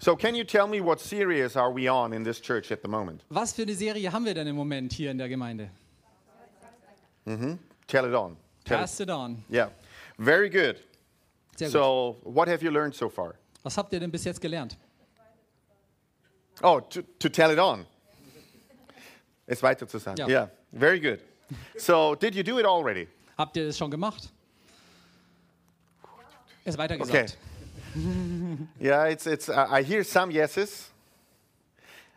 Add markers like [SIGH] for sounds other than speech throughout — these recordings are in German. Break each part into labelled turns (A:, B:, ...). A: So, can you tell me what series are we on in this church at the moment?
B: Was für eine Serie haben wir denn im Moment hier in der Gemeinde?
A: Tell it on. Tell it.
B: Cast it on.
A: Yeah. Very good.
B: Sehr gut.
A: So, what have you learned so far?
B: Was habt ihr denn bis jetzt gelernt?
A: Oh, to, to tell it on. Es weiter zu sagen.
B: Ja.
A: Yeah. Very good. So, did you do it already?
B: Habt ihr das schon gemacht? Ist
A: Okay.
B: weitergesagt.
A: Yeah, it's, it's, uh, I hear some yeses.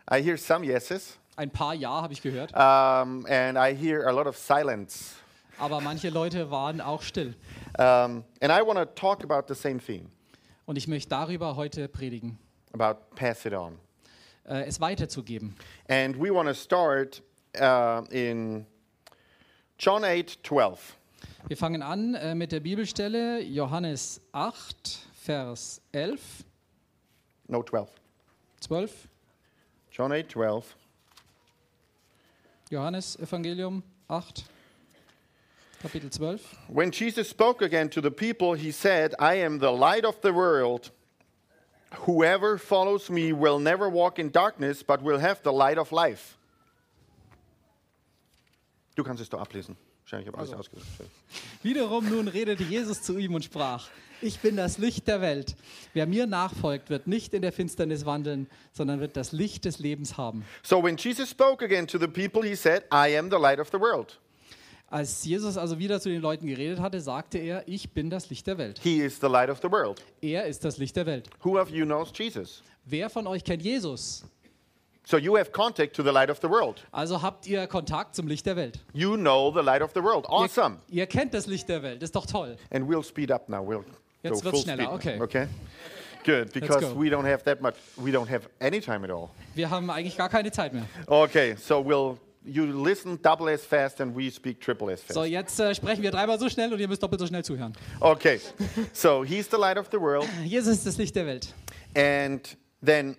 A: I hear some yeses.
B: Ein paar Ja habe ich gehört,
A: Um, and I hear a lot of silence.
B: aber manche Leute waren auch still.
A: Um, and I want to talk about the same theme
B: Und ich möchte darüber heute predigen,
A: about pass it on.
B: äh, es weiterzugeben.
A: And we want to start uh, in John 8 12.
B: Wir fangen an äh, mit der Bibelstelle Johannes 8, Vers 11,
A: No, 12.
B: 12.
A: John 8 12.
B: Johannes Evangelium 8, Kapitel 12.
A: When Jesus spoke again to the people, he said, I am the light of the world. Whoever follows me will never walk in darkness, but will have the light of life. Du kannst es doch ablesen. Wahrscheinlich habe ich alles ausgesucht.
B: Wiederum nun redete Jesus zu ihm und sprach, ich bin das Licht der Welt. Wer mir nachfolgt, wird nicht in der Finsternis wandeln, sondern wird das Licht des Lebens haben.
A: So when Jesus spoke again to the people, he said, I am the light of the world.
B: Als Jesus also wieder zu den Leuten geredet hatte, sagte er, ich bin das Licht der Welt.
A: He is the light of the world.
B: Er ist das Licht der Welt.
A: Who of you knows Jesus?
B: Wer von euch kennt Jesus?
A: So you have contact to the light of the world.
B: Also habt ihr Kontakt zum Licht der Welt.
A: You know the light of the world. Awesome.
B: Ihr, ihr kennt das Licht der Welt, ist doch toll.
A: And we'll speed up now. We'll go
B: Jetzt wird's
A: full speed.
B: schneller,
A: now,
B: okay.
A: Okay. Good, because
B: go.
A: we don't have that much. We don't have any time at all.
B: Wir haben eigentlich gar keine Zeit mehr.
A: Okay, so we'll you listen double as fast and we speak triple as fast.
B: So, jetzt äh, sprechen wir dreimal so schnell und ihr müsst doppelt so schnell zuhören.
A: okay. so he's the light of the world,
B: Jesus ist das Licht der Welt.
A: and then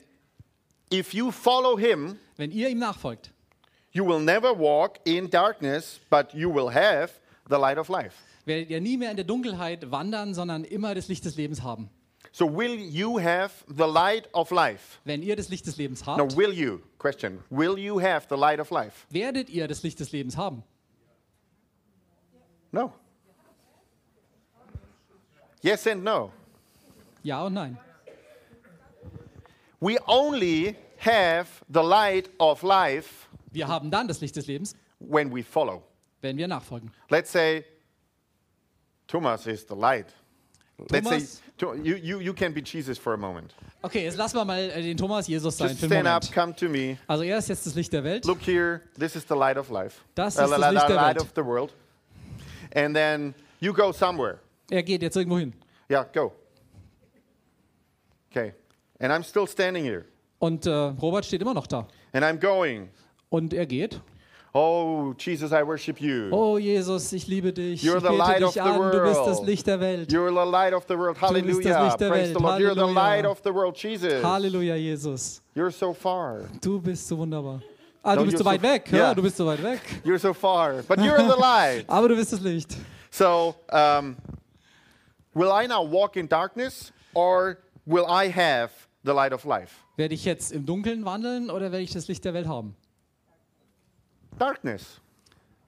A: if you follow him,
B: Wenn ihr ihm nachfolgt,
A: you will never walk in darkness, but you will have the light of life.
B: werdet ihr nie mehr in der Dunkelheit wandern, sondern immer das Licht des Lebens haben.
A: So will you have the light of life?
B: Wenn ihr das Licht des Lebens
A: No,
B: habt,
A: will you? Question. Will you have the light of life?
B: werdet ihr das Licht des Lebens haben.
A: No. Yes and no.
B: Ja und nein.
A: We only have the light of life
B: Wir haben dann das Licht des Lebens,
A: when we follow.
B: wenn wir nachfolgen.
A: Let's say Thomas is the light. Let's say
B: Thomas?
A: Tho- you, you, you can be Jesus for a moment.
B: Okay, jetzt lassen wir mal äh, den Thomas Jesus sein
A: Just
B: für einen
A: stand up, come
B: Moment.
A: to me.
B: Also er ist jetzt das Licht der Welt.
A: Look here, this is the light of life.
B: Das
A: Uh,
B: ist
A: la-
B: das
A: la-
B: Licht
A: la-
B: der
A: light
B: Welt.
A: of the world. And then you go somewhere.
B: Er geht jetzt irgendwo hin.
A: Yeah, go. Okay. And I'm still standing here.
B: Und äh, Robert steht immer noch da.
A: And I'm going.
B: Und er geht.
A: Oh, Jesus, I worship you.
B: Oh Jesus, ich liebe dich.
A: You're
B: ich
A: the light
B: bete
A: of the
B: dich an. Du bist das
A: world.
B: Licht der Welt.
A: You're the light of the world.
B: bist das
A: Hallelujah.
B: Licht der
A: Praise
B: Welt.
A: the Lord. You're the light
B: Halleluja.
A: of the world, Jesus.
B: Halleluja, Jesus.
A: You're so far.
B: Du bist so wunderbar. Ah,
A: No,
B: du bist
A: you're
B: so weit
A: so-
B: weg.
A: Yeah.
B: Ja, du bist so weit weg.
A: You're so far. But you're the light.
B: Aber du bist das Licht.
A: So, um, will I now walk in darkness or will I have the light of life?
B: Werde ich jetzt im Dunkeln wandeln oder werde ich das Licht der Welt haben?
A: Darkness.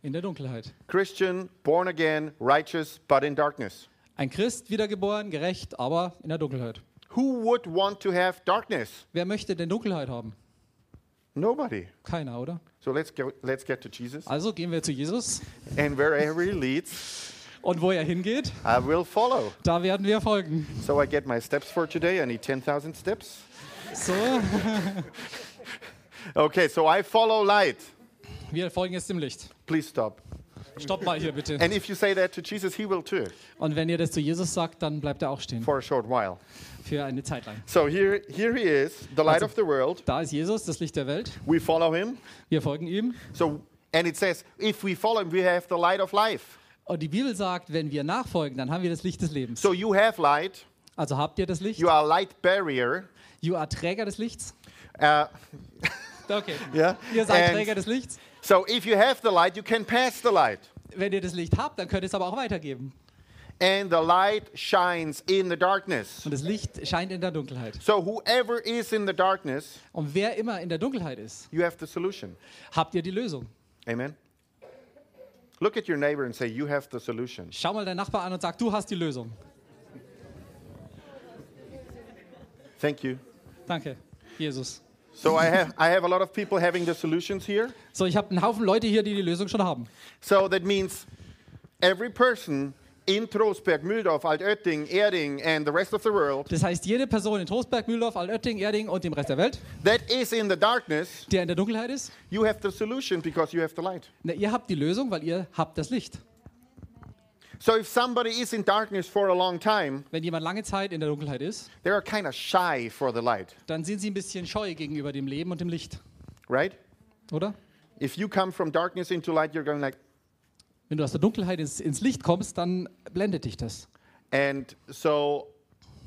B: In der Dunkelheit.
A: Christian, born again, righteous, but in darkness.
B: Ein Christ, wiedergeboren, gerecht, aber in der Dunkelheit.
A: Who would want to have darkness?
B: Wer möchte denn Dunkelheit haben?
A: Nobody.
B: Keiner, oder?
A: So let's go. Let's get to Jesus.
B: Also gehen wir zu Jesus
A: And wherever he leads,
B: und wo er hingeht,
A: I will follow.
B: da werden wir folgen.
A: So I get my steps for today. I need 10,000 steps.
B: So,
A: Okay, so I follow light.
B: wir folgen jetzt dem Licht.
A: Please stop.
B: Stopp mal hier bitte.
A: And if you say that to Jesus, he will too
B: Und wenn ihr das zu Jesus sagt, dann bleibt er auch stehen.
A: for a short while.
B: Für eine Zeit lang.
A: So here, here he is, the light of the world.
B: Da ist Jesus, das Licht der Welt.
A: We follow him.
B: Wir folgen ihm.
A: So, and it says, if we follow him, we have the light of life.
B: Und die Bibel sagt, wenn wir nachfolgen, dann haben wir das Licht des Lebens.
A: So you have light.
B: Also habt ihr das Licht?
A: You are a light barrier.
B: You are Träger
A: [LAUGHS]
B: des Lichts.
A: Uh,
B: Okay.
A: yeah.
B: Ihr seid
A: And
B: Träger des Lichts.
A: so if you have the light, you can pass the light.
B: Wenn ihr das Licht habt, dann könnt ihr es aber auch weitergeben.
A: And the light shines in the darkness.
B: Und das Licht scheint in der Dunkelheit.
A: So whoever is in the darkness,
B: Und wer immer in der Dunkelheit ist,
A: you have the solution.
B: habt ihr die Lösung.
A: Amen. Look at your neighbor and say, You have the solution.
B: Schau mal deinen Nachbar an und sag, du hast die Lösung.
A: Thank you.
B: Danke, Jesus.
A: So I have, I have a lot of people having the solutions here.
B: So, ich habe einen Haufen Leute hier, die die Lösung schon haben.
A: So that means every person in Trostberg, Mühldorf, Altötting, Erding, and the rest of the world
B: Das heißt, jede Person in Trostberg, Mühldorf, Altötting, Erding und dem Rest der Welt,
A: that is in the darkness,
B: der in der Dunkelheit ist,
A: you have the solution because you have the light.
B: na, ihr habt die Lösung, weil ihr habt das Licht.
A: So if somebody is in darkness for a long time,
B: Wenn jemand lange Zeit in der Dunkelheit ist,
A: they are kind of shy for the light,
B: dann sind sie ein bisschen scheu gegenüber dem Leben und dem Licht,
A: right?
B: oder?
A: If you come from darkness into light, you're going like,
B: Wenn du aus der Dunkelheit ins, ins Licht kommst, dann blendet dich das.
A: And so,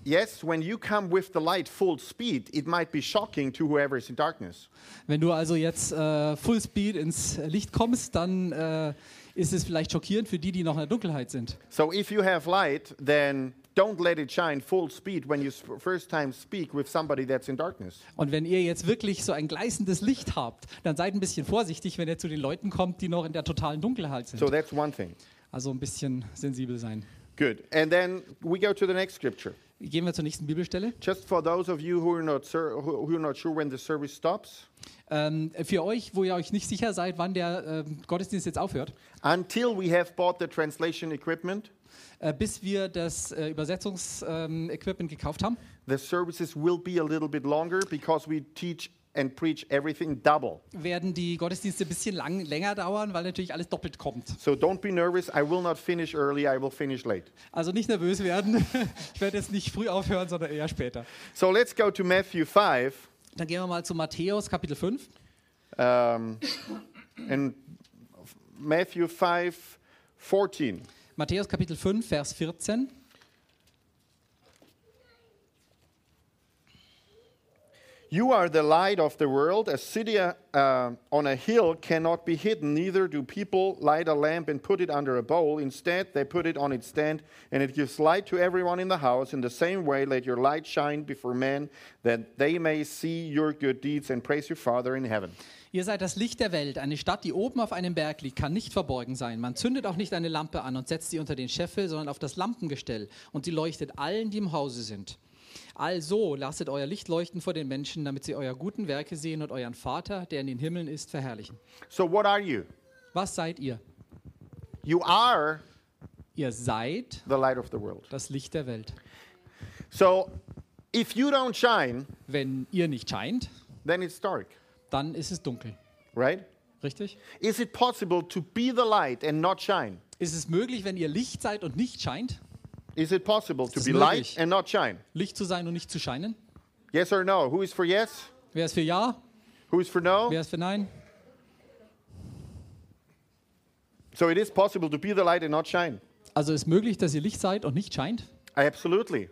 A: yes, when you come with the light full speed, it might be shocking to whoever is in darkness.
B: Wenn du also jetzt äh, Full Speed ins Licht kommst, dann äh, ist es vielleicht schockierend für die, die noch in der Dunkelheit sind.
A: So, if you have light, then don't let it shine full speed when you sp- first time speak with somebody that's in darkness.
B: Und wenn ihr jetzt wirklich so ein gleißendes Licht habt, dann seid ein bisschen vorsichtig, wenn ihr zu den Leuten kommt, die noch in der totalen Dunkelheit sind.
A: So, that's one thing.
B: Also ein bisschen sensibel sein.
A: Good. And then we go to the next scripture.
B: Gehen wir zur nächsten Bibelstelle.
A: Just for those of you who are not, sur- who who are not sure when the service stops,
B: Ähm, für euch, wo ihr euch nicht sicher seid, wann der ähm, Gottesdienst jetzt aufhört,
A: until we have bought the translation equipment,
B: äh, bis wir das äh, Übersetzungsequipment ähm, Equipment gekauft haben,
A: the services will be a little bit longer because we teach and preach everything double.
B: werden die Gottesdienste ein bisschen lang, länger dauern, weil natürlich alles doppelt kommt.
A: So don't be nervous. I will not finish early. I will finish late.
B: Also nicht nervös werden. [LAUGHS] Ich werde jetzt nicht früh aufhören, sondern eher später.
A: So let's go to Matthew 5.
B: Dann gehen wir mal zu Matthäus Kapitel 5.
A: Um, and Matthew 5, 14.
B: Matthäus Kapitel 5, Vers 14.
A: You are the light of the world. A city uh, on a hill cannot be hidden. Neither do people light a lamp and put it under a bowl. Instead, they put it on its stand, and it gives light to everyone in the house. In the same way, let your light shine before men, that they may see your good deeds and praise your Father in heaven.
B: Ihr seid das Licht der Welt. Eine Stadt, die oben auf einem Berg liegt, kann nicht verborgen sein. Man zündet auch nicht eine Lampe an und setzt sie unter den Scheffel, sondern auf das Lampengestell. Und sie leuchtet allen, die im Hause sind. Also lasset euer Licht leuchten vor den Menschen, damit sie euer guten Werke sehen und euren Vater, der in den Himmeln ist, verherrlichen.
A: So, what are you?
B: Was seid ihr?
A: You are
B: Ihr seid
A: the light of the world.
B: das Licht der Welt.
A: So if you don't shine,
B: Wenn ihr nicht scheint,
A: then it's dark,
B: dann ist es dunkel.
A: right?
B: Richtig?
A: Is it possible to be the light and not shine?
B: Ist es möglich, wenn ihr Licht seid und nicht scheint?
A: Is it possible to
B: das
A: be light
B: möglich?
A: and not shine?
B: Licht zu sein und nicht zu scheinen?
A: Yes or no? Who is for yes?
B: Wer ist für Ja?
A: Who is for no?
B: Wer ist für Nein?
A: So it is possible to be the light and not shine.
B: Also ist möglich, dass ihr Licht seid und nicht scheint?
A: Absolutely.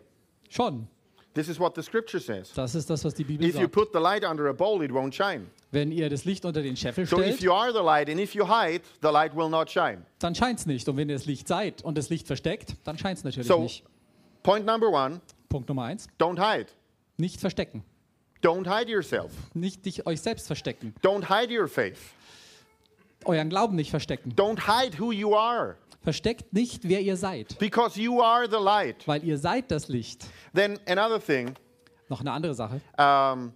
B: Schon.
A: This is what the scripture says.
B: Das ist das, was die Bibel
A: If you
B: sagt.
A: put the light under a bowl, it won't shine.
B: Wenn ihr das Licht unter den Scheffel
A: So if
B: stellt,
A: you are the light and if you hide, the light will not shine.
B: dann scheint es nicht. Und wenn ihr das Licht seid und das Licht versteckt, dann scheint es natürlich
A: So-
B: nicht.
A: Point number one
B: Punkt Nummer eins.
A: don't hide.
B: Nicht verstecken.
A: Don't hide yourself.
B: Nicht dich, euch selbst verstecken.
A: Don't hide your faith.
B: Euren Glauben nicht verstecken.
A: Don't hide who you are
B: Versteckt nicht, wer ihr seid.
A: because you are the light.
B: Weil ihr seid das Licht.
A: Then another thing,
B: Noch eine andere Sache.
A: um,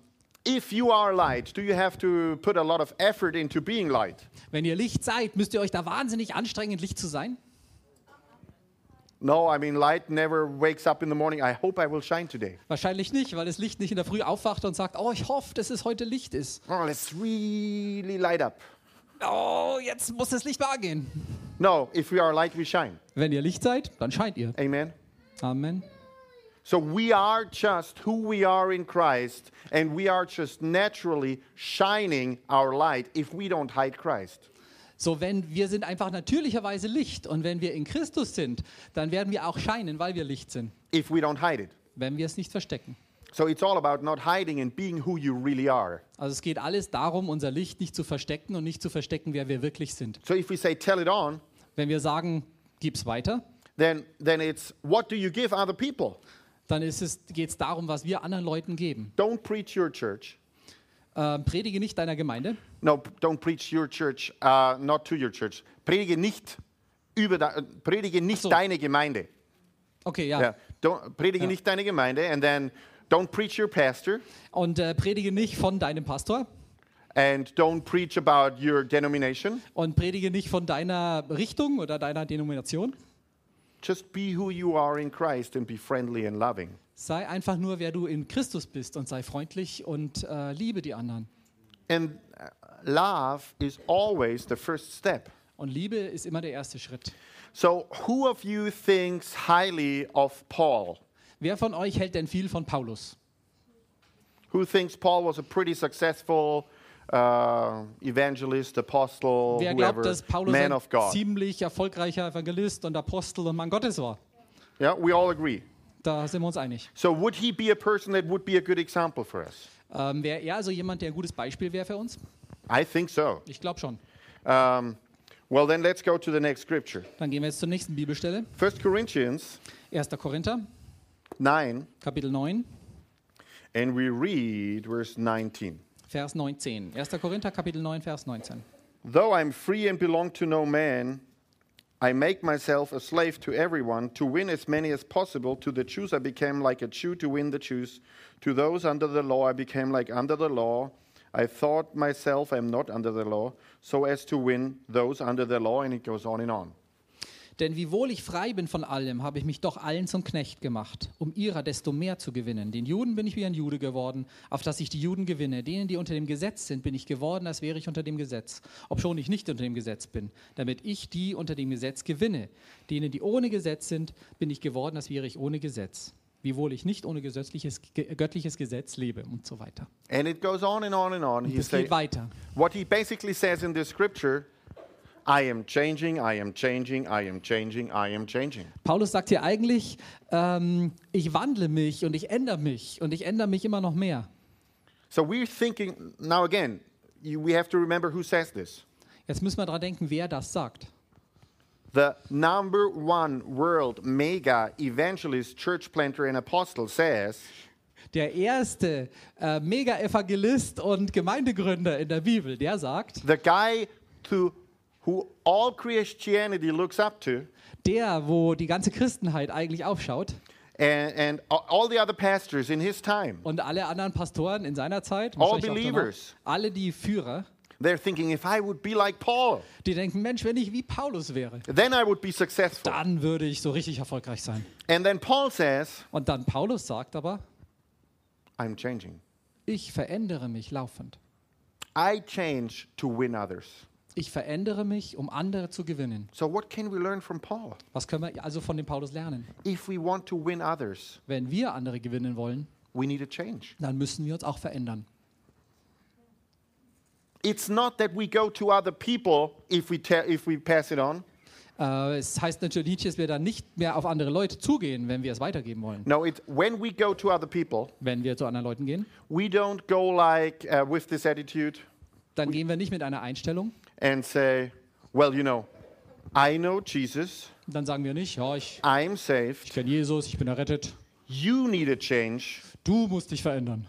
A: if you are light, do you have to put a lot of effort into being light?
B: Wenn ihr Licht seid, müsst ihr euch da wahnsinnig anstrengen, Licht zu sein?
A: No, I mean light never wakes up in the morning. I hope I will shine today.
B: Wahrscheinlich nicht, weil das Licht nicht in der Früh aufwacht und sagt, oh, ich hoffe, dass es heute Licht ist.
A: Oh, let's really light up.
B: Oh, jetzt muss das Licht mal angehen.
A: No, if we are light, we shine.
B: Wenn ihr Licht seid, dann scheint ihr.
A: Amen.
B: Amen.
A: So we are just who we are in Christ, and we are just naturally shining our light if we don't hide Christ.
B: So, wenn wir sind einfach natürlicherweise Licht und wenn wir in Christus sind, dann werden wir auch scheinen, weil wir Licht sind,
A: If we don't hide it.
B: wenn wir es nicht verstecken.
A: So it's all about not hiding and being who you really are.
B: Also es geht alles darum, unser Licht nicht zu verstecken und nicht zu verstecken, wer wir wirklich sind.
A: So if we say tell it on,
B: Wenn wir sagen, gib's weiter,
A: then then it's what do you give other people?
B: dann geht es geht's darum, was wir anderen Leuten geben.
A: Don't preach your church.
B: Ähm, predige nicht deiner Gemeinde,
A: No, p- don't preach your church, uh, not to your church. Predige nicht über de, äh, predige nicht
B: so.
A: deine Gemeinde.
B: Okay, ja.
A: Ja. Don't, predige nicht deine Gemeinde and then don't preach your pastor
B: Und äh, predige nicht von deinem Pastor
A: and don't preach about your denomination.
B: und predige nicht von deiner Richtung oder deiner Denomination.
A: Just be who you are in Christ and be friendly and loving.
B: Sei einfach nur, wer du in Christus bist und sei freundlich und äh, liebe die anderen.
A: And uh, love is always the first step.
B: Und Liebe ist immer der erste Schritt.
A: So, who of you thinks highly of Paul?
B: Wer von euch hält denn viel von Paulus?
A: Who thinks Paul was a pretty successful uh, evangelist, apostle,
B: Wer
A: whoever,
B: glaubt, dass Paulus
A: man
B: ein
A: of God?
B: ziemlich erfolgreicher Evangelist und Apostel und Mann Gottes war?
A: Yeah, we all agree.
B: Da sind wir uns einig.
A: So, would he be a person that would be a good example for us?
B: Ähm, wäre er also jemand, der ein gutes Beispiel wäre für uns?
A: I think so.
B: Ich glaube schon.
A: Um, well, then let's go to the next scripture.
B: Dann gehen wir jetzt zur nächsten Bibelstelle.
A: 1 Corinthians
B: 1. Korinther,
A: 9,
B: Kapitel 9,
A: and we read verse 19.
B: Vers 19. 1. Korinther, Kapitel 9, Vers 19.
A: Though I'm free and belong to no man, I make myself a slave to everyone to win as many as possible. To the Jews I became like a Jew to win the Jews. To those under the law I became like under the law. I thought myself am not under the law, so as to win those under the law. And it goes on and on.
B: Denn wiewohl ich frei bin von allem, habe ich mich doch allen zum Knecht gemacht, um ihrer desto mehr zu gewinnen. Den Juden bin ich wie ein Jude geworden, auf dass ich die Juden gewinne. Denen, die unter dem Gesetz sind, bin ich geworden, als wäre ich unter dem Gesetz, obschon ich nicht unter dem Gesetz bin, damit ich die unter dem Gesetz gewinne. Denen, die ohne Gesetz sind, bin ich geworden, als wäre ich ohne Gesetz, wiewohl ich nicht ohne gesetzliches, ge- göttliches Gesetz lebe und so weiter.
A: And it goes on and on and on. He
B: Es
A: say,
B: geht weiter.
A: what he basically says in this scripture I am changing, I am changing, I am changing, I am changing.
B: Paulus sagt hier eigentlich, ähm, ich wandle mich und ich ändere mich und ich ändere mich immer noch mehr.
A: So we're thinking now again. You, we have to remember who says this.
B: Jetzt müssen wir dran denken, wer das sagt.
A: The number one world mega evangelist, church planter, and apostle says,
B: Der erste äh, Mega-Evangelist und Gemeindegründer in der Bibel, der sagt,
A: the guy to who all Christianity looks up to,
B: der, wo die ganze Christenheit eigentlich aufschaut
A: and, and a- all the other pastors in his time,
B: und alle anderen Pastoren in seiner Zeit,
A: All
B: wahrscheinlich auch danach,
A: believers.
B: alle die Führer,
A: they're thinking, if I would be like Paul,
B: die denken, Mensch, wenn ich wie Paulus wäre,
A: then I would be successful.
B: dann würde ich so richtig erfolgreich sein.
A: And then Paul says,
B: Und dann Paulus sagt aber,
A: I'm changing.
B: ich verändere mich laufend.
A: I change to win others.
B: Ich verändere mich, um andere zu gewinnen.
A: So, what can we learn from Paul?
B: Was können wir also von dem Paulus lernen?
A: If we want to win others,
B: Wenn wir andere gewinnen wollen,
A: we need a change.
B: dann müssen wir uns auch verändern.
A: It's not that we go to other people if we, te- if we pass it on.
B: Äh, es heißt natürlich nicht, dass wir dann nicht mehr auf andere Leute zugehen, wenn wir es weitergeben wollen.
A: No, it's when we go to other people,
B: Wenn wir zu anderen Leuten gehen,
A: we don't go like uh, with this attitude
B: dann gehen wir nicht mit einer Einstellung.
A: and say, well, you know, I know Jesus,
B: Dann sagen wir nicht, ja, ich,
A: I'm
B: ich
A: saved,
B: kenne Jesus, ich bin errettet.
A: you need a change
B: Du musst dich verändern,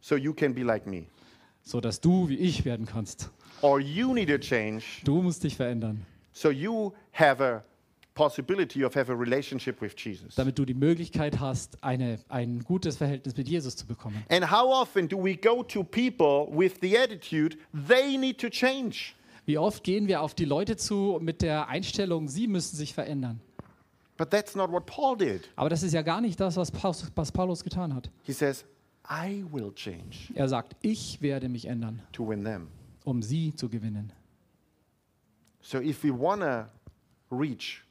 A: so you can be like me.
B: sodass du wie ich werden kannst.
A: Or you need a change
B: Du musst dich verändern,
A: so you have a possibility of have a relationship with Jesus.
B: damit du die Möglichkeit hast, eine, ein gutes Verhältnis mit Jesus zu bekommen.
A: And how often do we go to people with the attitude they need to change?
B: Wie oft gehen wir auf die Leute zu mit der Einstellung, sie müssen sich verändern.
A: But that's not what Paul did.
B: Aber das ist ja gar nicht das, was Paulus, was Paulus getan hat.
A: He says, I will change
B: Er sagt, ich werde mich ändern,
A: to win them.
B: um sie zu gewinnen.
A: So if we want to reach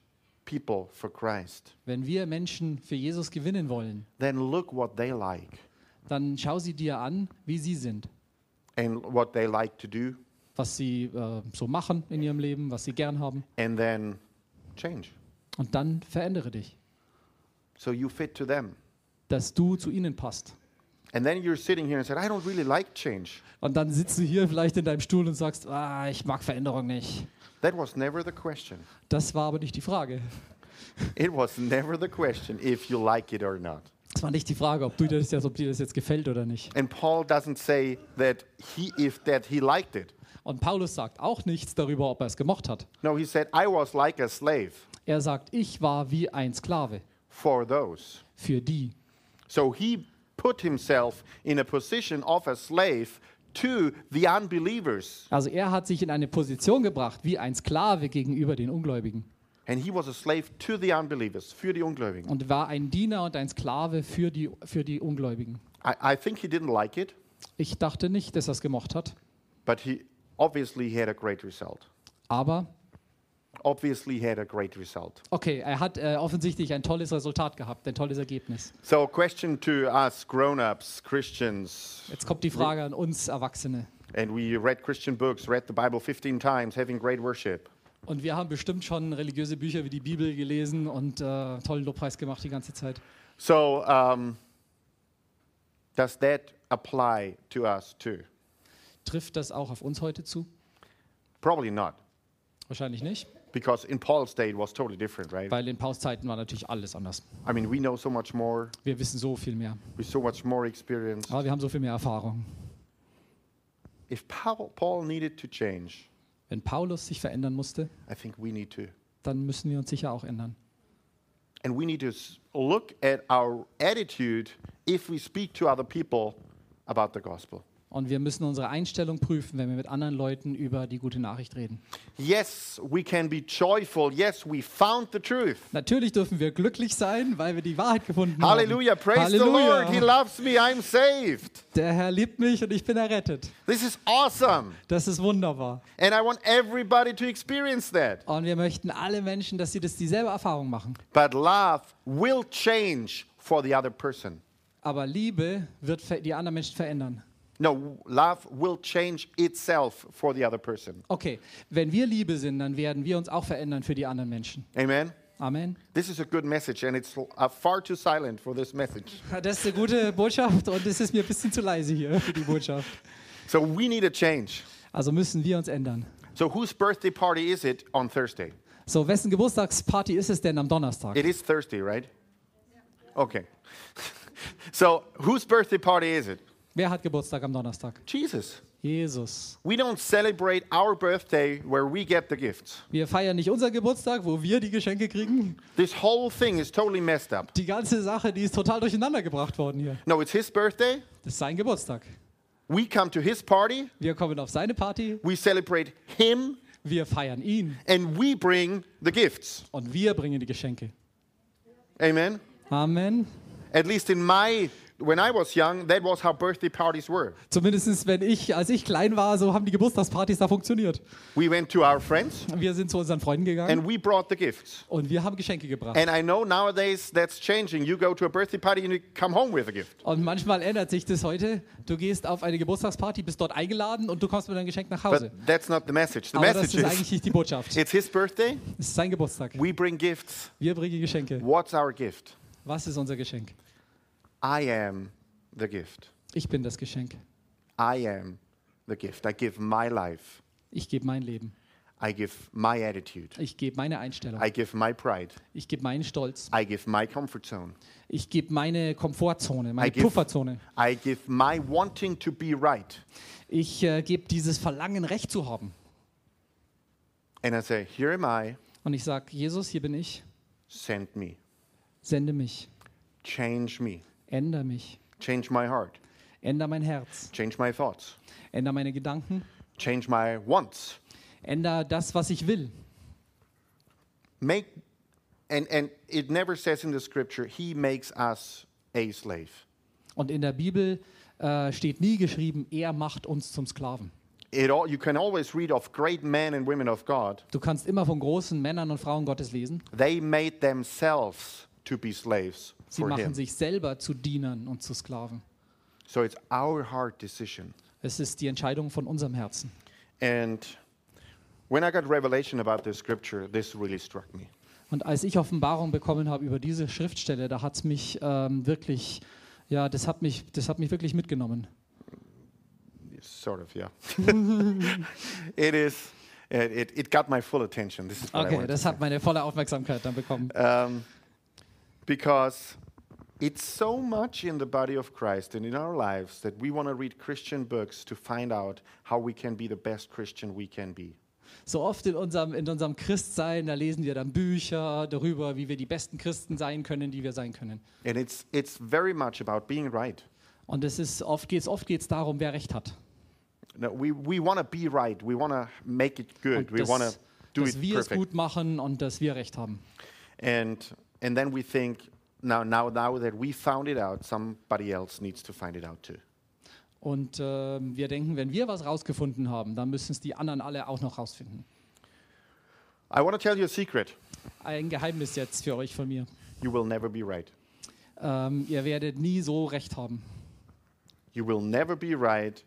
A: people for Christ,
B: Wenn wir Menschen für Jesus gewinnen wollen,
A: then look what they like
B: dann schau sie dir an, wie sie sind,
A: and what they like to do,
B: was sie äh, so machen in ihrem Leben, was sie gern haben.
A: and then change.
B: Und dann verändere dich,
A: So you fit to them.
B: dass du zu ihnen passt.
A: And then you're sitting here and said, I don't really like change.
B: Und dann sitzt du hier vielleicht in deinem Stuhl und sagst, ah, ich mag Veränderung nicht.
A: That was never the question.
B: Das war aber nicht die Frage.
A: It was never the question if you like it or not.
B: Es war nicht die Frage, ob, du das jetzt, ob dir das jetzt gefällt oder nicht.
A: And Paul doesn't say that he if that he liked it.
B: Und Paulus sagt auch nichts darüber, ob er es gemocht hat.
A: No, he said, I was like a slave
B: Er sagt, ich war wie ein Sklave
A: for those.
B: für die.
A: So he put himself in a position of a slave to the unbelievers.
B: Also er hat sich in eine Position gebracht wie ein Sklave gegenüber den Ungläubigen
A: And he was a slave to the unbelievers, für die Ungläubigen.
B: und war ein Diener und ein Sklave für die, für die Ungläubigen.
A: I, I think he didn't like it,
B: Ich dachte nicht, dass er es gemocht hat,
A: but he obviously had a great result.
B: aber
A: Obviously had a great result.
B: okay, er hat äh, offensichtlich ein tolles Resultat gehabt, ein tolles Ergebnis.
A: So question to us grown-ups, Christians,
B: Jetzt kommt die Frage an uns Erwachsene.
A: and we read Christian books, read the Bible 15 times, having great worship.
B: Und wir haben bestimmt schon religiöse Bücher wie die Bibel gelesen und äh, tollen Lobpreis gemacht die ganze Zeit.
A: So, um, does that apply to us too?
B: Trifft das auch auf uns heute zu?
A: Probably not,
B: Wahrscheinlich nicht,
A: because in Paul's day it was totally different, right?
B: weil in Pauszeiten war natürlich alles anders.
A: I mean, we know so much more,
B: Wir wissen so viel mehr,
A: with so much more experience.
B: aber wir haben so viel mehr Erfahrung.
A: If Paul, Paul needed to change,
B: Wenn Paulus sich verändern musste,
A: I think we need to.
B: dann müssen wir uns sicher auch ändern.
A: And we need to s- look at our attitude if we speak to other people about the gospel.
B: Und wir müssen unsere Einstellung prüfen, wenn wir mit anderen Leuten über die gute Nachricht reden.
A: Yes, we can be joyful. Yes, we found the truth.
B: Natürlich dürfen wir glücklich sein, weil wir die Wahrheit gefunden
A: Hallelujah.
B: haben.
A: Praise the Lord. He loves me. I'm saved.
B: Der Herr liebt mich und ich bin errettet.
A: This is awesome.
B: Das ist wunderbar.
A: And I want everybody to experience that.
B: Und wir möchten alle Menschen, dass sie das dieselbe Erfahrung machen.
A: But love will change for the other person.
B: Aber Liebe wird ver- die anderen Menschen verändern.
A: No, love will change itself for the other person.
B: Okay, wenn wir Liebe sind, dann werden wir uns auch verändern für die anderen Menschen.
A: Amen.
B: Amen.
A: This is a good message, and it's uh, far too silent for this message.
B: Das ist eine gute Botschaft und es ist mir ein bisschen zu leise hier für die Botschaft.
A: So we need a change.
B: Also müssen wir uns ändern.
A: So whose birthday party is it on Thursday?
B: So, wessen Geburtstagsparty ist es denn am Donnerstag?
A: It is Thursday, right? Okay. [LAUGHS] so whose birthday party is it?
B: Wer hat Geburtstag am Donnerstag?
A: Jesus.
B: Jesus.
A: We don't celebrate our birthday where we get the gifts.
B: Wir feiern nicht unseren Geburtstag, wo wir die Geschenke kriegen.
A: This whole thing is totally messed up.
B: Die ganze Sache, die ist total durcheinander gebracht worden hier.
A: No, it's his birthday.
B: Das ist sein Geburtstag.
A: We come to his party,
B: Wir kommen auf seine Party,
A: we celebrate him,
B: wir feiern ihn
A: and we bring the gifts.
B: und wir bringen die Geschenke.
A: Amen.
B: Amen.
A: At least in my when I was young, that was how birthday parties were.
B: Zumindest wenn ich, als ich klein war, so haben die Geburtstagspartys da funktioniert.
A: We went to our friends
B: Wir sind zu unseren Freunden gegangen
A: and we brought the gifts.
B: und wir haben Geschenke gebracht.
A: And I know nowadays that's changing. You go to a birthday party and you come home with a gift.
B: Und manchmal ändert sich das heute. Du gehst auf eine Geburtstagsparty, bist dort eingeladen und du kommst mit deinem Geschenk nach Hause.
A: But that's not the message. The
B: Aber das
A: message
B: ist
A: is
B: eigentlich nicht die Botschaft.
A: it's his birthday.
B: Es ist sein Geburtstag.
A: We bring gifts.
B: Wir bringen Geschenke.
A: What's our gift?
B: Was ist unser Geschenk?
A: I am the gift.
B: Ich bin das Geschenk.
A: I am the gift. I give my life.
B: Ich gebe mein Leben.
A: I give my attitude.
B: Ich gebe meine Einstellung.
A: I give my pride.
B: Ich gebe meinen Stolz.
A: I give my comfort zone.
B: Ich gebe meine Komfortzone, meine
A: I give-
B: Pufferzone.
A: I give my wanting to be right.
B: Ich äh, gebe dieses Verlangen, Recht zu haben.
A: And I say, Here am I,
B: Und ich sage, Jesus, hier bin ich.
A: send me.
B: Sende mich.
A: Change me.
B: Änder mich.
A: Change my heart.
B: Änder mein Herz.
A: Change my thoughts.
B: Änder meine Gedanken.
A: Change my wants.
B: Änder das, was ich will.
A: Make and and it never says in the scripture he makes us a slave.
B: Und in der Bibel äh, steht nie geschrieben, er macht uns zum Sklaven.
A: it all, you can always read of great men and women of God.
B: Du kannst immer von großen Männern und Frauen Gottes lesen.
A: They made themselves to be slaves
B: Sie
A: for
B: machen
A: Him.
B: sich selber zu Dienern und zu Sklaven.
A: So it's our hard decision.
B: Es ist die Entscheidung von unserem Herzen.
A: And when I got revelation about this scripture, this really struck me.
B: Und als ich Offenbarung bekommen habe über diese Schriftstelle, da hat es mich ähm, wirklich, ja, das hat mich, das hat mich wirklich mitgenommen.
A: Sort of, yeah. [LAUGHS] it is. It, it, it got my full attention. This is what I
B: Okay,
A: wanted to
B: das hat meine volle Aufmerksamkeit dann bekommen.
A: um, because it's so much in the body of Christ and in our lives that we want to read Christian books to find out how we can be the best Christian we can be.
B: So oft in unserem, in unserem Christsein, da lesen wir dann Bücher darüber, wie wir die besten Christen sein können, die wir sein können.
A: And it's, it's very much about being right.
B: Und es ist oft geht es oft geht's darum, wer recht hat.
A: No, we we want to be right. We want to make it good.
B: Und
A: We want to
B: dass,
A: do
B: dass
A: it
B: wir es
A: perfect.
B: gut machen und dass wir recht haben.
A: And and then we think now now now that we found it out, somebody else needs to find it out too.
B: Und ähm, wir denken, wenn wir was rausgefunden haben, dann müssen es die anderen alle auch noch rausfinden.
A: I want to tell you a secret.
B: Ein Geheimnis jetzt für euch von mir.
A: You will never be right.
B: Ähm, ihr werdet nie so recht haben.
A: You will never be right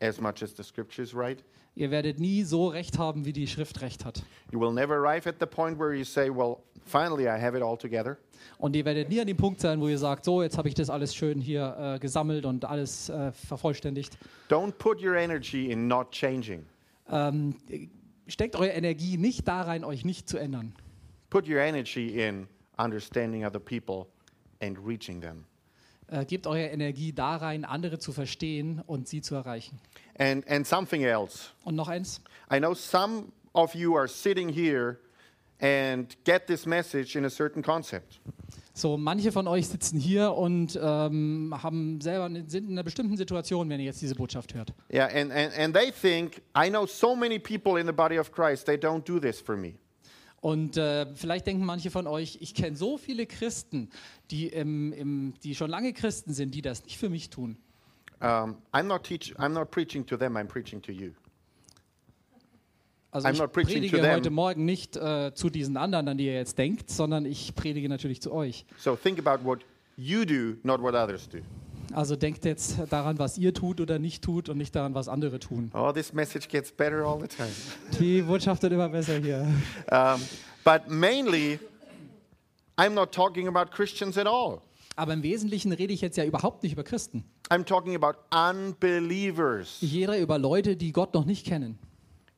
A: as much as the scripture is right.
B: Ihr werdet nie so recht haben, wie die Schrift recht hat.
A: You will never arrive at the point where you say, Well, finally I have it all together.
B: Und ihr werdet nie an dem Punkt sein, wo ihr sagt, so, jetzt habe ich das alles schön hier äh, gesammelt und alles äh, vervollständigt.
A: Don't put your energy in not changing.
B: Ähm, steckt eure Energie nicht da rein, euch nicht zu ändern.
A: Put your energy in understanding other people and reaching them.
B: Äh, gebt eure Energie da rein, andere zu verstehen und sie zu erreichen.
A: And and something else.
B: Und noch eins,
A: I know some of you are sitting here and get this message in a certain concept.
B: So, manche von euch sitzen hier und ähm, haben selber eine, sind in einer bestimmten Situation, wenn ihr jetzt diese Botschaft hört.
A: Yeah, and, and, and they think, I know so many people in the body of Christ, they don't do this for me.
B: Und äh, vielleicht denken manche von euch, ich kenne so viele Christen, die, im, im, die schon lange Christen sind, die das nicht für mich tun.
A: Um, I'm, not teach, I'm not preaching to them, I'm preaching to you.
B: Also
A: I'm
B: ich
A: not preaching to
B: predige
A: them.
B: heute Morgen nicht äh, zu diesen anderen, an die ihr jetzt denkt, sondern ich predige natürlich zu euch.
A: So think about what you do, not what others do.
B: Also denkt jetzt daran, was ihr tut oder nicht tut und nicht daran, was andere tun.
A: Oh, this message gets better all the time.
B: Die Botschaft wird immer besser hier.
A: Um, but mainly, I'm not talking about Christians at all.
B: Aber im Wesentlichen rede ich jetzt ja überhaupt nicht über Christen.
A: I'm talking about unbelievers.
B: Jeder über Leute, die Gott noch nicht kennen.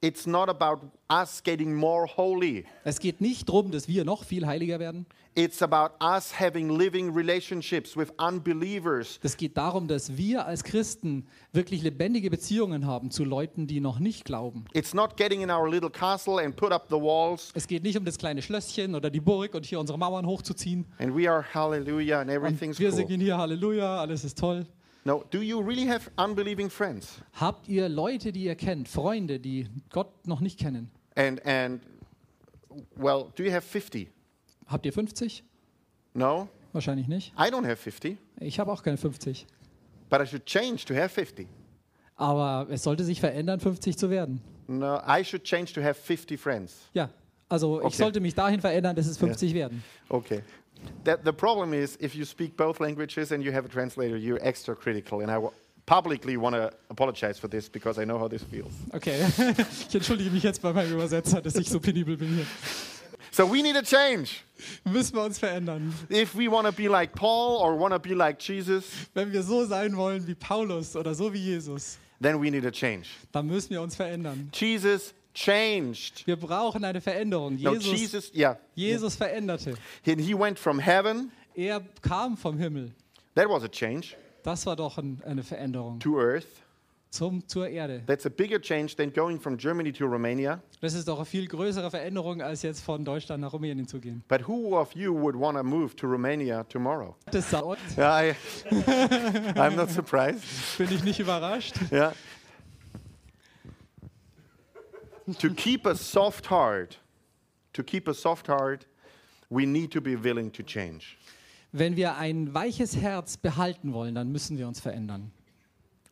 A: It's not about us getting more holy.
B: Es geht nicht darum, dass wir noch viel heiliger werden.
A: It's about us having living relationships with unbelievers.
B: Es geht darum, dass wir als Christen wirklich lebendige Beziehungen haben zu Leuten, die noch nicht glauben.
A: It's not getting in our little castle and put up the walls
B: Es geht nicht um das kleine Schlösschen oder die Burg und hier unsere Mauern hochzuziehen.
A: and we are hallelujah and
B: Und
A: everything's
B: wir
A: cool.
B: singen hier Halleluja, alles ist toll.
A: No, do you really have unbelieving friends?
B: Habt ihr Leute, die ihr kennt, Freunde, die Gott noch nicht kennen?
A: And and well, do you have 50?
B: Habt ihr 50?
A: No,
B: Wahrscheinlich nicht.
A: I don't have 50,
B: Ich habe auch keine 50.
A: but I should change to have 50.
B: Aber es sollte sich verändern, 50 zu werden.
A: No, I should change to have 50 friends.
B: Ja, also ich
A: Okay.
B: sollte mich dahin verändern, dass es 50 werden.
A: Okay. That the problem is if you speak both languages and you have a translator, you're extra critical and I w- publicly want to apologize for this because I know how this feels.
B: Okay, [LAUGHS] ich entschuldige mich jetzt bei meinem Übersetzer, dass ich so penibel bin hier.
A: So we need a change.
B: Müssen wir uns verändern.
A: If we want to be like Paul or want to be like Jesus,
B: Wenn wir so sein wollen wie Paulus oder so wie Jesus,
A: then we need a change.
B: dann müssen wir uns verändern.
A: Jesus changed.
B: Wir brauchen eine Veränderung.
A: No,
B: Jesus,
A: Jesus, yeah.
B: Jesus veränderte.
A: And he went from heaven,
B: Er kam vom Himmel.
A: that was a change,
B: Das war doch ein, eine Veränderung
A: to earth.
B: zum, zur Erde.
A: That's a bigger change than going from Germany to Romania.
B: Das ist doch eine viel größere Veränderung, als jetzt von Deutschland nach Rumänien zu gehen.
A: But who of you would want to move to Romania tomorrow?
B: Das dauert,
A: Yeah, I, I'm not surprised.
B: bin ich nicht überrascht.
A: Yeah. to keep a soft heart, to keep a soft heart, we need to be willing to change.
B: Wenn wir ein weiches Herz behalten wollen, dann müssen wir uns verändern.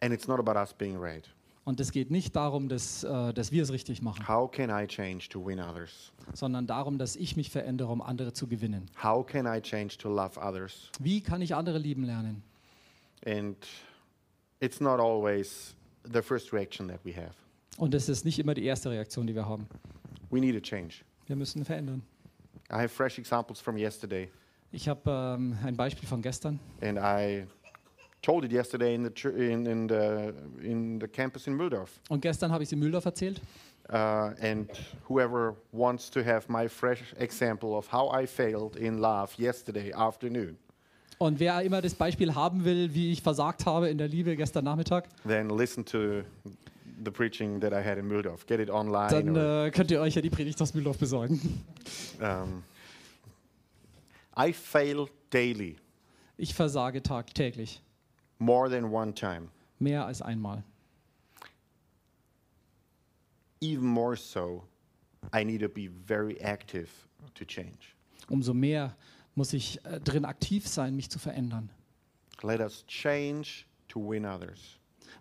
A: And it's not about us being right.
B: Und es geht nicht darum, dass, äh, dass wir es richtig machen,
A: How can I change to win others?
B: sondern darum, dass ich mich verändere, um andere zu gewinnen.
A: How can I change to love others?
B: Wie kann ich andere lieben lernen?
A: And it's not always the first reaction that we have.
B: Und es ist nicht immer die erste Reaktion, die wir haben.
A: We need a change.
B: Wir müssen verändern.
A: I have fresh examples from yesterday,
B: Ich habe ähm, ein Beispiel von gestern.
A: and I told it yesterday in the, chur- in, in the, in the campus in Mühldorf.
B: Und gestern habe ich es in Mühldorf erzählt.
A: Uh, and whoever wants to have my fresh example of how I failed in love yesterday afternoon,
B: Und wer immer das Beispiel haben will, wie ich versagt habe in der Liebe gestern Nachmittag,
A: then listen to the preaching that I had in Mühldorf. Get it online.
B: dann
A: or,
B: äh, könnt ihr euch ja die Predigt aus Mühldorf besorgen.
A: um, I fail daily,
B: Ich versage tagtäglich,
A: more than one time,
B: mehr als einmal.
A: even more so. I need to be very active to change.
B: Umso mehr muss ich äh, drin aktiv sein, mich zu verändern.
A: Let us change to win others.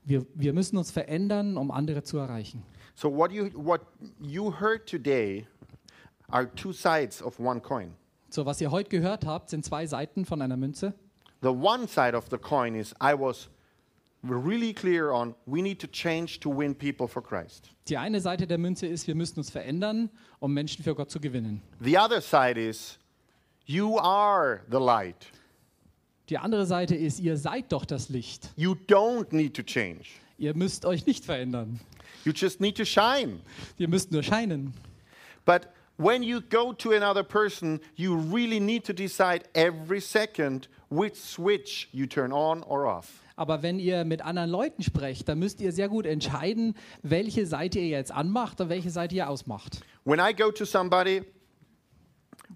B: Wir, wir müssen uns verändern, um andere zu erreichen.
A: So what you what you heard today are two sides of one coin.
B: So, was ihr heute gehört habt, sind zwei Seiten von einer Münze.
A: The one side of the coin is I was really clear on we need to change to win people for Christ.
B: Die eine Seite der Münze ist, wir müssen uns verändern, um Menschen für Gott zu gewinnen.
A: The other side is you are the light.
B: Die andere Seite ist, ihr seid doch das Licht.
A: You don't need to change.
B: Ihr müsst euch nicht verändern.
A: You just need to shine.
B: Ihr müsst nur scheinen.
A: But when you go to another person, you really need to decide every second which switch you turn on or off.
B: Aber wenn ihr mit anderen Leuten sprecht, dann müsst ihr sehr gut entscheiden, welche Seite ihr jetzt anmacht und welche Seite ihr ausmacht.
A: When I go to somebody,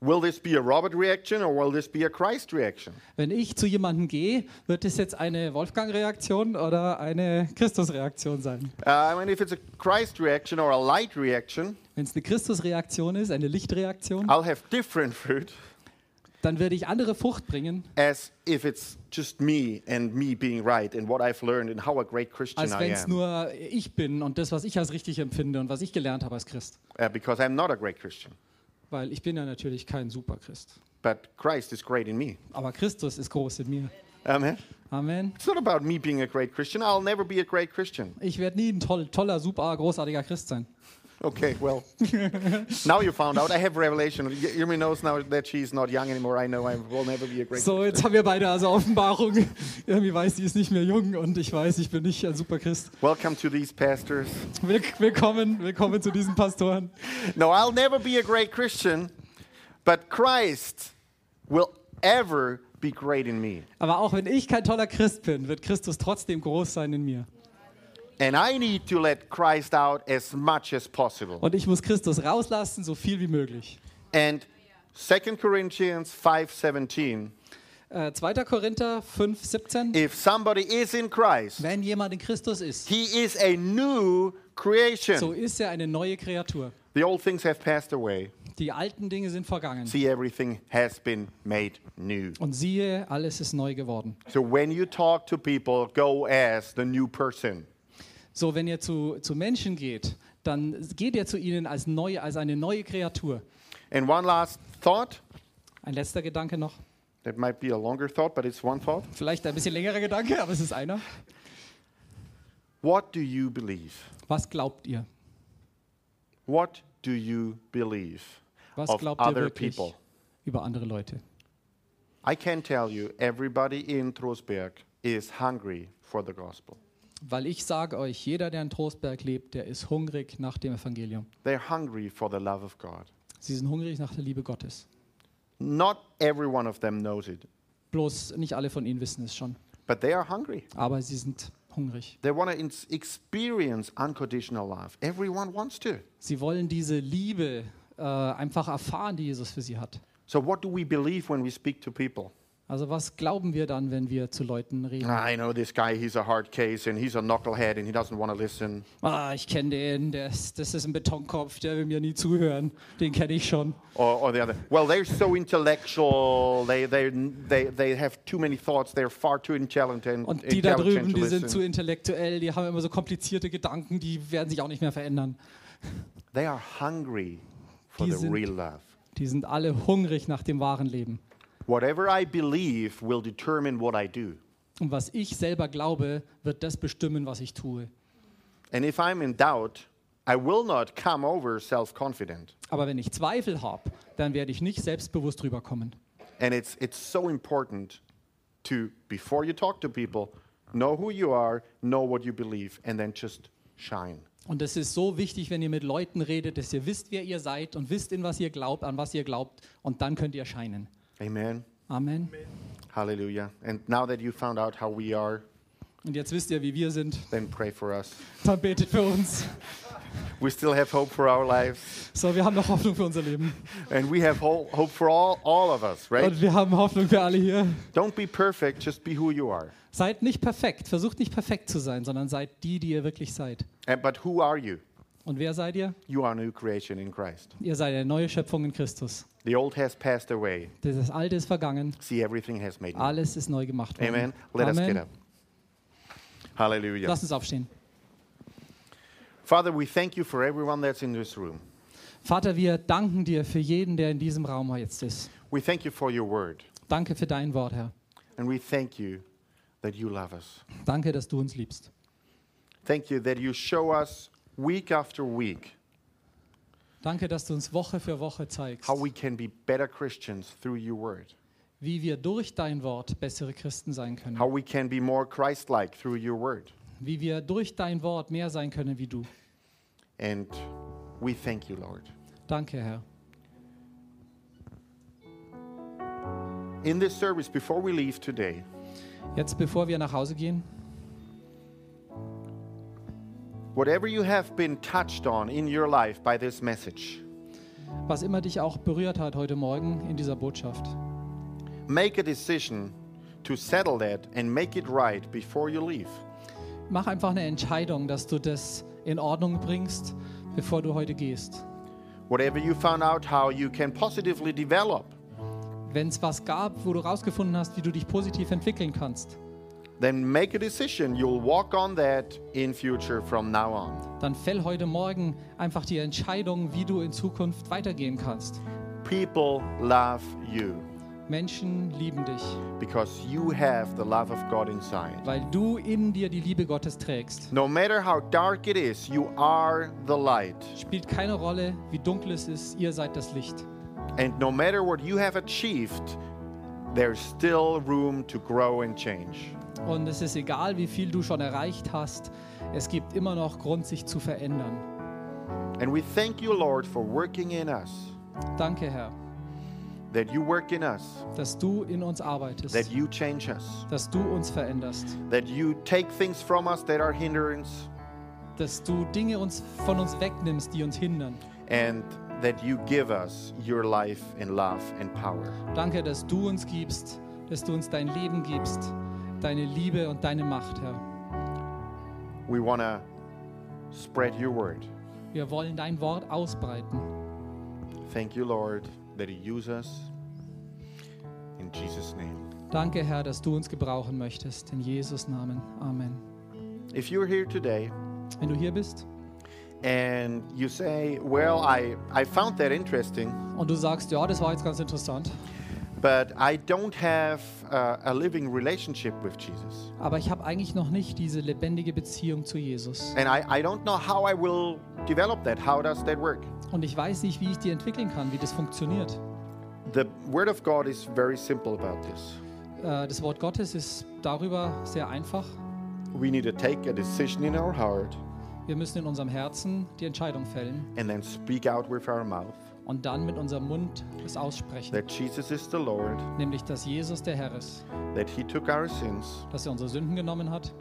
A: will this be a Robert reaction or will this be a Christ reaction?
B: Wenn ich zu jemandem gehe, wird es jetzt eine Wolfgang-Reaktion oder eine Christus-Reaktion sein.
A: Uh, I mean, if it's a Christ reaction or a light reaction,
B: Wenn es eine Christus-Reaktion ist, eine Lichtreaktion,
A: I'll have different [LAUGHS] fruit
B: dann würde ich andere Frucht bringen,
A: as if it's just me and me being right and what I've learned and how a great Christian
B: als
A: I
B: wenn es
A: am.
B: nur ich bin und das, was ich als richtig empfinde und was ich gelernt habe als Christ.
A: Uh, because I'm not a great Christian,
B: Weil ich bin ja natürlich kein Superchrist.
A: but Christ is great in me.
B: Aber Christus ist groß in mir.
A: Amen.
B: Amen.
A: It's not about me being a great Christian. I'll never be a great Christian.
B: Ich werde nie ein toll, toller, super, großartiger Christ sein.
A: Okay, well, now you found out. I have revelation. Y- Yumi knows now that she's not young anymore. I know I will never be a great.
B: So, jetzt haben wir beide also Offenbarung. Irgendwie weiß, die ist nicht mehr jung und ich weiß, ich bin nicht ein Superchrist.
A: Welcome to these pastors.
B: Will willkommen, willkommen zu diesen Pastoren.
A: No, I'll never be a great Christian, but Christ will ever be great in me.
B: Aber auch wenn ich kein toller Christ bin, wird Christus trotzdem groß sein in mir.
A: And I need to let Christ out as much as possible.
B: Und ich muss Christus rauslassen, so viel wie möglich.
A: And 2 Corinthians 5:17,
B: Äh, 2. Korinther 5, 17.
A: if somebody is in Christ,
B: Wenn jemand in Christus ist,
A: he is a new
B: so
A: creation.
B: ist er eine neue Kreatur.
A: The old things have passed away.
B: Die alten Dinge sind vergangen.
A: See, everything has been made new.
B: Und siehe, alles ist neu geworden.
A: So when you talk to people, go as the new person.
B: So, wenn ihr zu, zu Menschen geht, dann geht ihr zu ihnen als, neu, als eine neue Kreatur.
A: And one last thought,
B: Ein letzter Gedanke noch.
A: that might be a longer thought, but it's one thought.
B: Vielleicht ein bisschen längerer Gedanke, aber es ist einer.
A: What do you believe?
B: Was glaubt ihr?
A: What do you believe
B: Was
A: of
B: glaubt ihr
A: other
B: wirklich
A: people?
B: über andere Leute?
A: I can tell you, everybody in Trostberg is hungry for the gospel.
B: Weil ich sage euch, jeder, der in Trostberg lebt, der ist hungrig nach dem Evangelium.
A: They're hungry for the love of God.
B: Sie sind hungrig nach der Liebe Gottes.
A: Not every one of them knows it,
B: Bloß nicht alle von ihnen wissen es schon,
A: but they are hungry.
B: aber sie sind hungrig.
A: They want to experience unconditional love. Everyone wants to.
B: Sie wollen diese Liebe äh, einfach erfahren, die Jesus für sie hat.
A: So, what do we believe when we speak to people? "Ah,
B: Also was glauben wir dann, wenn wir zu Leuten reden?
A: I know this guy, he's a hard case and he's a knucklehead and he doesn't want to listen.
B: Ah, ich kenne den, der ist, das ist ein Betonkopf, der will mir nie zuhören. Den kenne ich schon.
A: Or, or the other. Well, they're so intellectual. They, they, they, they have too many thoughts. They're far too intelligent,
B: Und die da drüben,
A: intelligent to
B: die sind zu
A: listen.
B: intellektuell, die haben immer so komplizierte Gedanken, die werden sich auch nicht mehr verändern.
A: They are hungry for
B: Die
A: the
B: sind-
A: real love.
B: Die sind alle hungrig nach dem wahren Leben.
A: Whatever I believe will determine what I do.
B: Und was ich selber glaube, wird das bestimmen, was ich tue.
A: And if I'm in doubt, I will not come over self confident.
B: Aber wenn ich Zweifel habe, dann werde ich nicht selbstbewusst rüberkommen.
A: And it's, it's so important to, before you talk to people, know who you are, know what you believe, and then just shine.
B: Und es ist so wichtig, wenn ihr mit Leuten redet, dass ihr wisst, wer ihr seid und wisst, in was ihr glaubt, an was ihr glaubt. Und dann könnt ihr scheinen.
A: Amen.
B: Amen.
A: Hallelujah. And now that you found out how we are,
B: Und jetzt wisst ihr, wie wir sind.
A: then pray for us.
B: Dann betet für uns.
A: We still have hope for our lives,
B: So, wir haben noch Hoffnung für unser Leben.
A: and we have ho- hope for all, all of us, right?
B: Und wir haben Hoffnung für alle hier.
A: Don't be perfect, just be who you are.
B: Seid nicht perfekt. Versucht nicht perfekt zu sein, sondern seid die, die ihr wirklich seid.
A: And, but who are you?
B: Und wer seid ihr?
A: You are a new creation in Christ.
B: Ihr seid eine neue Schöpfung in Christus.
A: The old has passed away.
B: Das Alte ist vergangen.
A: See, everything has made new.
B: Alles ist neu gemacht worden.
A: Amen. Let us
B: Amen.
A: get up. Hallelujah.
B: Lass uns aufstehen.
A: Father, we thank you for everyone that's in this room.
B: Vater, wir danken dir für jeden, der in diesem Raum jetzt ist.
A: We thank you for your word,
B: Danke für dein Wort, Herr.
A: and we thank you that you love us.
B: Danke, dass du uns liebst.
A: Thank you that you show us week after week
B: Danke, dass du uns Woche für Woche zeigst,
A: how we can be better Christians through your word,
B: wie wir durch dein Wort bessere Christen sein können,
A: how we can be more Christ like through your word.
B: wie wir durch dein Wort mehr sein können wie du.
A: And we thank you, Lord.
B: Danke, Herr.
A: In this service, before we leave today,
B: Jetzt, bevor wir nach Hause gehen,
A: whatever you have been touched on in your life by this message,
B: was immer dich auch berührt hat heute Morgen in dieser Botschaft,
A: make a decision to settle that and make it right before you leave.
B: mach einfach eine Entscheidung, dass du das in Ordnung bringst, bevor du heute gehst.
A: Whatever you found out how you can positively develop,
B: Wenn es was gab, wo du rausgefunden hast, wie du dich positiv entwickeln kannst,
A: then make a decision. You'll walk on that in future from now on.
B: dann fäll heute Morgen einfach die Entscheidung, wie du in Zukunft weitergehen kannst.
A: People love you
B: Menschen lieben dich,
A: because you have the love of God inside.
B: weil du in dir die Liebe Gottes trägst.
A: No matter how dark it is, you are the light.
B: Spielt keine Rolle, wie dunkel es ist, ihr seid das Licht.
A: And no matter what you have achieved, there's still room to grow and change.
B: Und es ist egal, wie viel du schon erreicht hast, es gibt immer noch Grund, sich zu verändern.
A: And we thank you, Lord, for working in us,
B: Danke, Herr,
A: that you work in us,
B: dass du in uns
A: that
B: arbeitest,
A: you change us,
B: dass du uns veränderst,
A: that you take things from us that are hindrance.
B: dass du Dinge uns, von uns wegnimmst, die uns hindern.
A: and that you give us your life and love and power.
B: Danke, dass du uns gibst, dass du uns dein Leben gibst, deine Liebe und deine Macht, Herr.
A: We want to spread your word.
B: Wir wollen dein Wort ausbreiten.
A: Thank you, Lord, that you use us. In Jesus' name.
B: Danke, Herr, dass du uns gebrauchen möchtest. In Jesus Namen. Amen.
A: If you're here today
B: Wenn du hier bist
A: and you say, Well, I, I found that interesting,
B: und du sagst, ja, das war jetzt ganz interessant,
A: but I don't have uh, a living relationship with Jesus,
B: aber ich habe eigentlich noch nicht diese lebendige Beziehung zu Jesus.
A: and I, I don't know how I will develop that, how does that work?
B: Und ich weiß nicht, wie ich die entwickeln kann, wie das funktioniert.
A: The Word of God is very simple about this.
B: Äh, Das Wort Gottes ist darüber sehr einfach.
A: We need to take a decision in our heart.
B: Wir müssen in unserem Herzen die Entscheidung fällen
A: and then speak out with our mouth
B: und dann mit unserem Mund es aussprechen,
A: that Jesus is the Lord,
B: nämlich dass Jesus der Herr ist.
A: that He took our sins,
B: dass er unsere Sünden genommen hat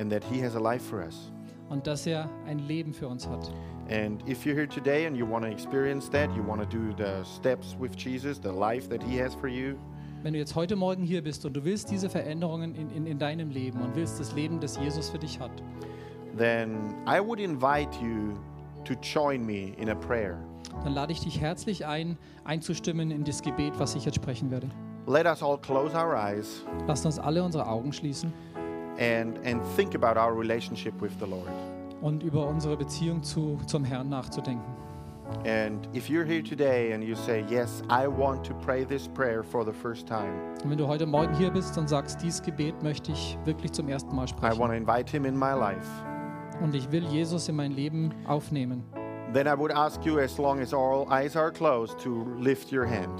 A: and that He has a life for us.
B: und dass er ein Leben für uns hat.
A: And if you're here today and you want to experience that, you want to do the steps with Jesus, the life that He has for you,
B: Wenn du jetzt heute Morgen hier bist und du willst diese Veränderungen in, in, in deinem Leben und willst das Leben, das Jesus für dich hat,
A: then I would invite you to join me in a prayer.
B: dann lade ich dich herzlich ein, einzustimmen in das Gebet, was ich jetzt sprechen werde.
A: Let us all close our eyes
B: Lasst uns alle unsere Augen schließen
A: and, and think about our relationship with the Lord.
B: und über unsere Beziehung zu, zum Herrn nachzudenken.
A: And if you're here today and you say, Yes, I want to pray this prayer for the first time,
B: Und wenn du heute Morgen hier bist und sagst, dieses Gebet möchte ich wirklich zum ersten Mal
A: I
B: sprechen
A: want to invite Him in my life,
B: und ich will Jesus in mein Leben aufnehmen,
A: then I would ask you, as long as all eyes are closed, to lift your hand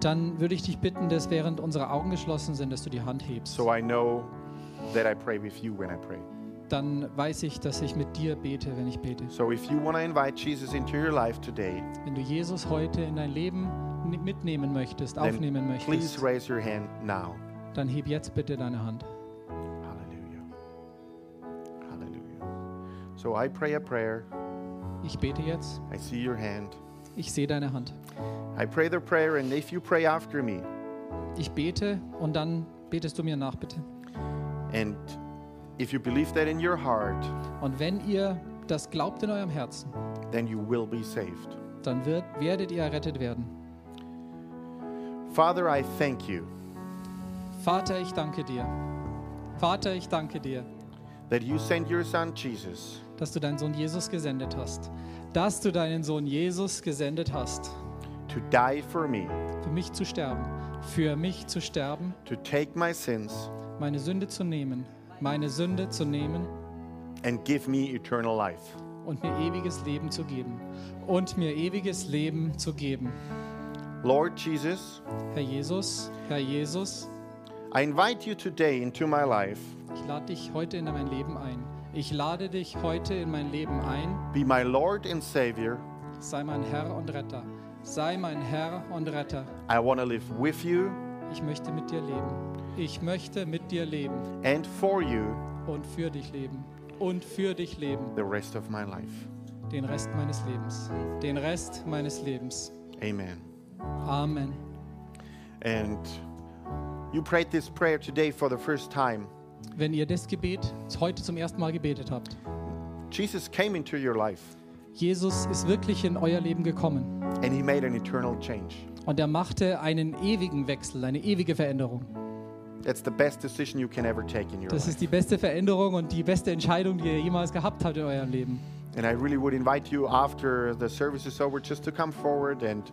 B: dann würde ich dich bitten, dass während unsere Augen geschlossen sind, dass du die Hand hebst.
A: so I know that I pray with you when I pray.
B: Dann weiß ich, dass ich mit dir bete, wenn ich bete.
A: So if you want to invite Jesus into your life today,
B: Wenn du Jesus heute in dein Leben ni- mitnehmen möchtest, aufnehmen
A: then please
B: möchtest,
A: raise your hand now.
B: dann heb jetzt bitte deine Hand.
A: Hallelujah. Hallelujah. So I pray a prayer.
B: Ich bete jetzt.
A: I see your hand.
B: Ich sehe deine Hand.
A: I pray the prayer, and if you pray after me,
B: Ich bete und dann betest du mir nach, bitte.
A: and if you believe that in your heart,
B: Und wenn ihr das glaubt in eurem Herzen,
A: then you will be saved.
B: dann wird, werdet ihr errettet werden.
A: Father, I thank you
B: Vater, ich danke dir. Vater, ich danke dir,
A: that you sent your son Jesus
B: dass du deinen Sohn Jesus gesendet hast. Dass du deinen Sohn Jesus gesendet hast,
A: to die for me,
B: für mich zu sterben. Für mich zu sterben,
A: to take my sins
B: meine Sünde zu nehmen. Meine Sünde zu nehmen
A: and give me eternal life.
B: und mir ewiges Leben zu geben. Und mir ewiges Leben zu geben.
A: Lord Jesus,
B: Herr Jesus, Herr Jesus,
A: I invite you today into my life.
B: ich lade dich heute in mein Leben ein. Ich lade dich heute in mein Leben ein.
A: Be my Lord and Savior.
B: Sei mein Herr und Retter. Sei mein Herr und Retter.
A: I want to live with you
B: Ich möchte mit dir leben. Ich möchte mit dir leben
A: and for you
B: und für dich leben und für dich leben
A: the rest of my life.
B: den Rest meines Lebens. Den Rest meines Lebens.
A: Amen.
B: Amen.
A: And you prayed this prayer today for the first time.
B: Wenn ihr das Gebet heute zum ersten Mal gebetet habt,
A: Jesus came into your life
B: Jesus ist wirklich in euer Leben gekommen
A: and he made an eternal change.
B: und er machte einen ewigen Wechsel, eine ewige Veränderung.
A: That's the best decision you can ever take in your
B: Das
A: life.
B: ist die beste Veränderung und die beste Entscheidung, die ihr jemals gehabt habt in eurem Leben.
A: And I really would invite you after the service is over just to come forward and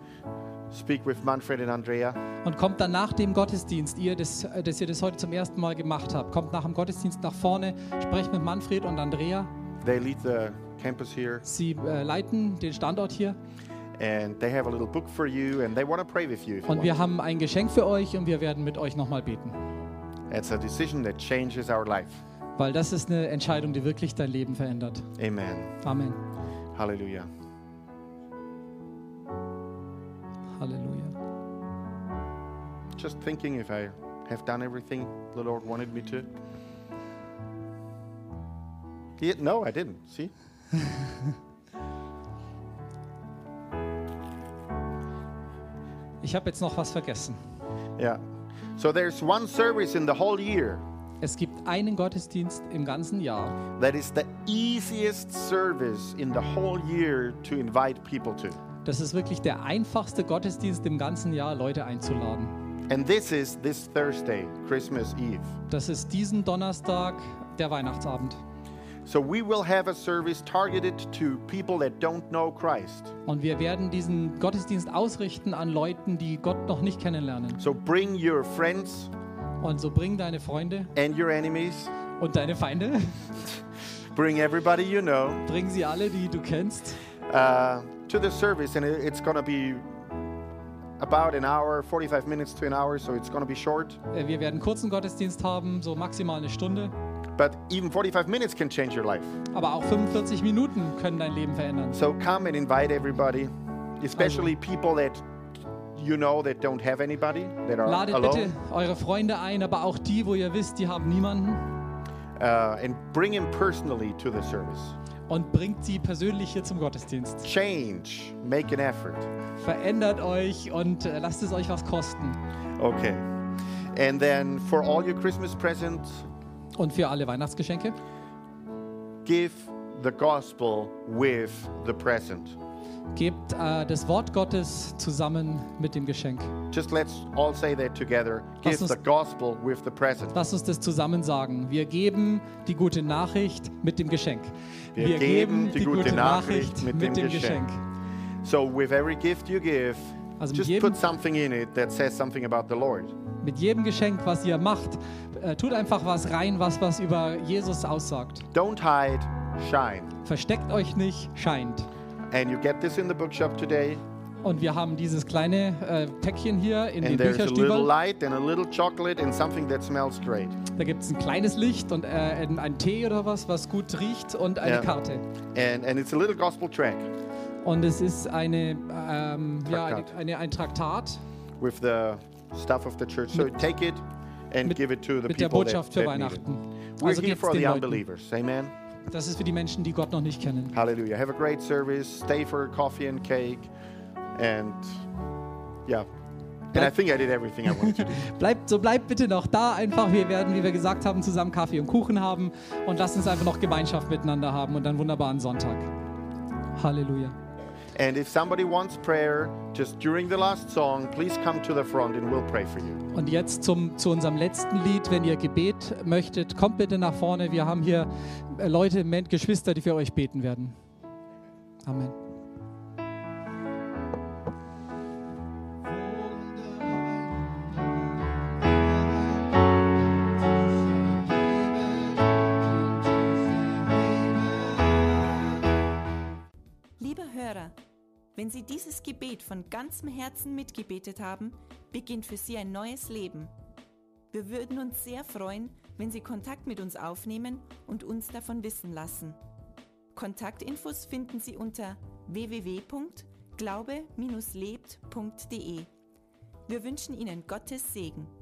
A: speak with Manfred and Andrea.
B: Und kommt dann nach dem Gottesdienst, ihr, das, äh, dass ihr das heute zum ersten Mal gemacht habt, kommt nach dem Gottesdienst nach vorne, sprecht mit Manfred und Andrea.
A: They lead the campus here
B: Sie äh, leiten den Standort hier
A: and they have a little book for you and they want to pray with you. If you
B: und wir
A: want.
B: haben ein Geschenk für euch und wir werden mit euch nochmal beten.
A: It's a decision that changes our life.
B: Weil das ist eine Entscheidung, die wirklich dein Leben verändert.
A: Amen.
B: Amen.
A: Hallelujah.
B: Halleluja.
A: Just thinking if I have done everything the Lord wanted me to. Yeah, no, I didn't. See?
B: Ich habe jetzt noch was vergessen.
A: Yeah. So there's one service in the whole year
B: Es gibt einen Gottesdienst im ganzen Jahr.
A: that is the easiest service in the whole year to invite people to.
B: Das ist wirklich der einfachste Gottesdienst im ganzen Jahr, Leute einzuladen.
A: And this is this Thursday, Christmas Eve.
B: Das ist diesen Donnerstag der Weihnachtsabend.
A: So we will have a service targeted to people that don't know Christ.
B: Und wir werden diesen Gottesdienst ausrichten an Leuten, die Gott noch nicht kennenlernen.
A: So bring your friends
B: Und so bring deine Freunde
A: and your enemies,
B: und deine Feinde, [LAUGHS]
A: bring everybody you know
B: bring sie alle, die du kennst,
A: uh, to the service. And it- it's going to be about an hour, 45 minutes to an hour. So it's going to be short.
B: Äh, Wir werden kurzen Gottesdienst haben, so maximal eine Stunde.
A: But even 45 minutes can change your life.
B: Aber auch 45 Minuten können dein Leben verändern.
A: So come and invite everybody, especially people that you know that don't have anybody, that are
B: Ladet bitte
A: alone,
B: eure Freunde ein, aber auch die, wo ihr wisst, die haben niemanden.
A: uh, and bring him personally to the service.
B: Und bringt sie persönlich hier zum Gottesdienst.
A: Change, make an effort.
B: Verändert euch und äh, lasst es euch was kosten.
A: Okay. And then for all your Christmas presents,
B: Und für alle Weihnachtsgeschenke,
A: give the gospel with the present.
B: gebt äh, das Wort Gottes zusammen mit dem Geschenk.
A: Just let's all say that together.
B: Lass
A: Give
B: uns-
A: the gospel with the present.
B: Lass uns das zusammen sagen. Wir geben die gute Nachricht mit dem Geschenk.
A: Wir geben die gute Nachricht mit dem Geschenk. So with every gift you give,
B: Also mit
A: just
B: jedem-
A: put something in it that says something about the Lord.
B: Mit jedem Geschenk, was ihr macht, äh, tut einfach was rein, was was über Jesus aussagt.
A: Don't hide, shine.
B: Versteckt euch nicht, scheint.
A: And you get this in the bookshop today.
B: Und wir haben dieses kleine äh, Päckchen hier in den
A: And there's a little
B: Bücherstübel.
A: light and a little chocolate and something that smells great.
B: Da gibt es ein kleines Licht und äh, ein ein Tee oder was, was gut riecht und eine
A: Ja.
B: Karte.
A: And and it's a little gospel track
B: Und es ist eine, ähm, ja,
A: Traktat.
B: eine, eine, ein Traktat
A: with the stuff of the church. So take it and
B: mit-
A: give it to the
B: mit der
A: people that,
B: Botschaft für
A: that need it.
B: Weihnachten.
A: We're
B: Also
A: here
B: geht's
A: for
B: den
A: the
B: Leuten.
A: unbelievers. Amen.
B: Das ist für die Menschen, die Gott noch nicht kennen.
A: Hallelujah. Have a great service. Stay for coffee and cake. And yeah. And I think I did everything I wanted to [LAUGHS] do.
B: Bleibt, so bleibt bitte noch da einfach. Wir werden, wie wir gesagt haben, zusammen Kaffee und Kuchen haben und lasst uns einfach noch Gemeinschaft miteinander haben und einen wunderbaren Sonntag. Halleluja.
A: And if somebody wants prayer, just during the last song, please come to the front and we'll pray for you.
B: Und jetzt zum, zu unserem letzten Lied. Wenn ihr Gebet möchtet, kommt bitte nach vorne. Wir haben hier äh, Leute, Men- Geschwister, die für euch beten werden. Amen.
C: Lieber Hörer, wenn Sie dieses Gebet von ganzem Herzen mitgebetet haben, beginnt für Sie ein neues Leben. Wir würden uns sehr freuen, wenn Sie Kontakt mit uns aufnehmen und uns davon wissen lassen. Kontaktinfos finden Sie unter www.glaube-lebt.de. Wir wünschen Ihnen Gottes Segen.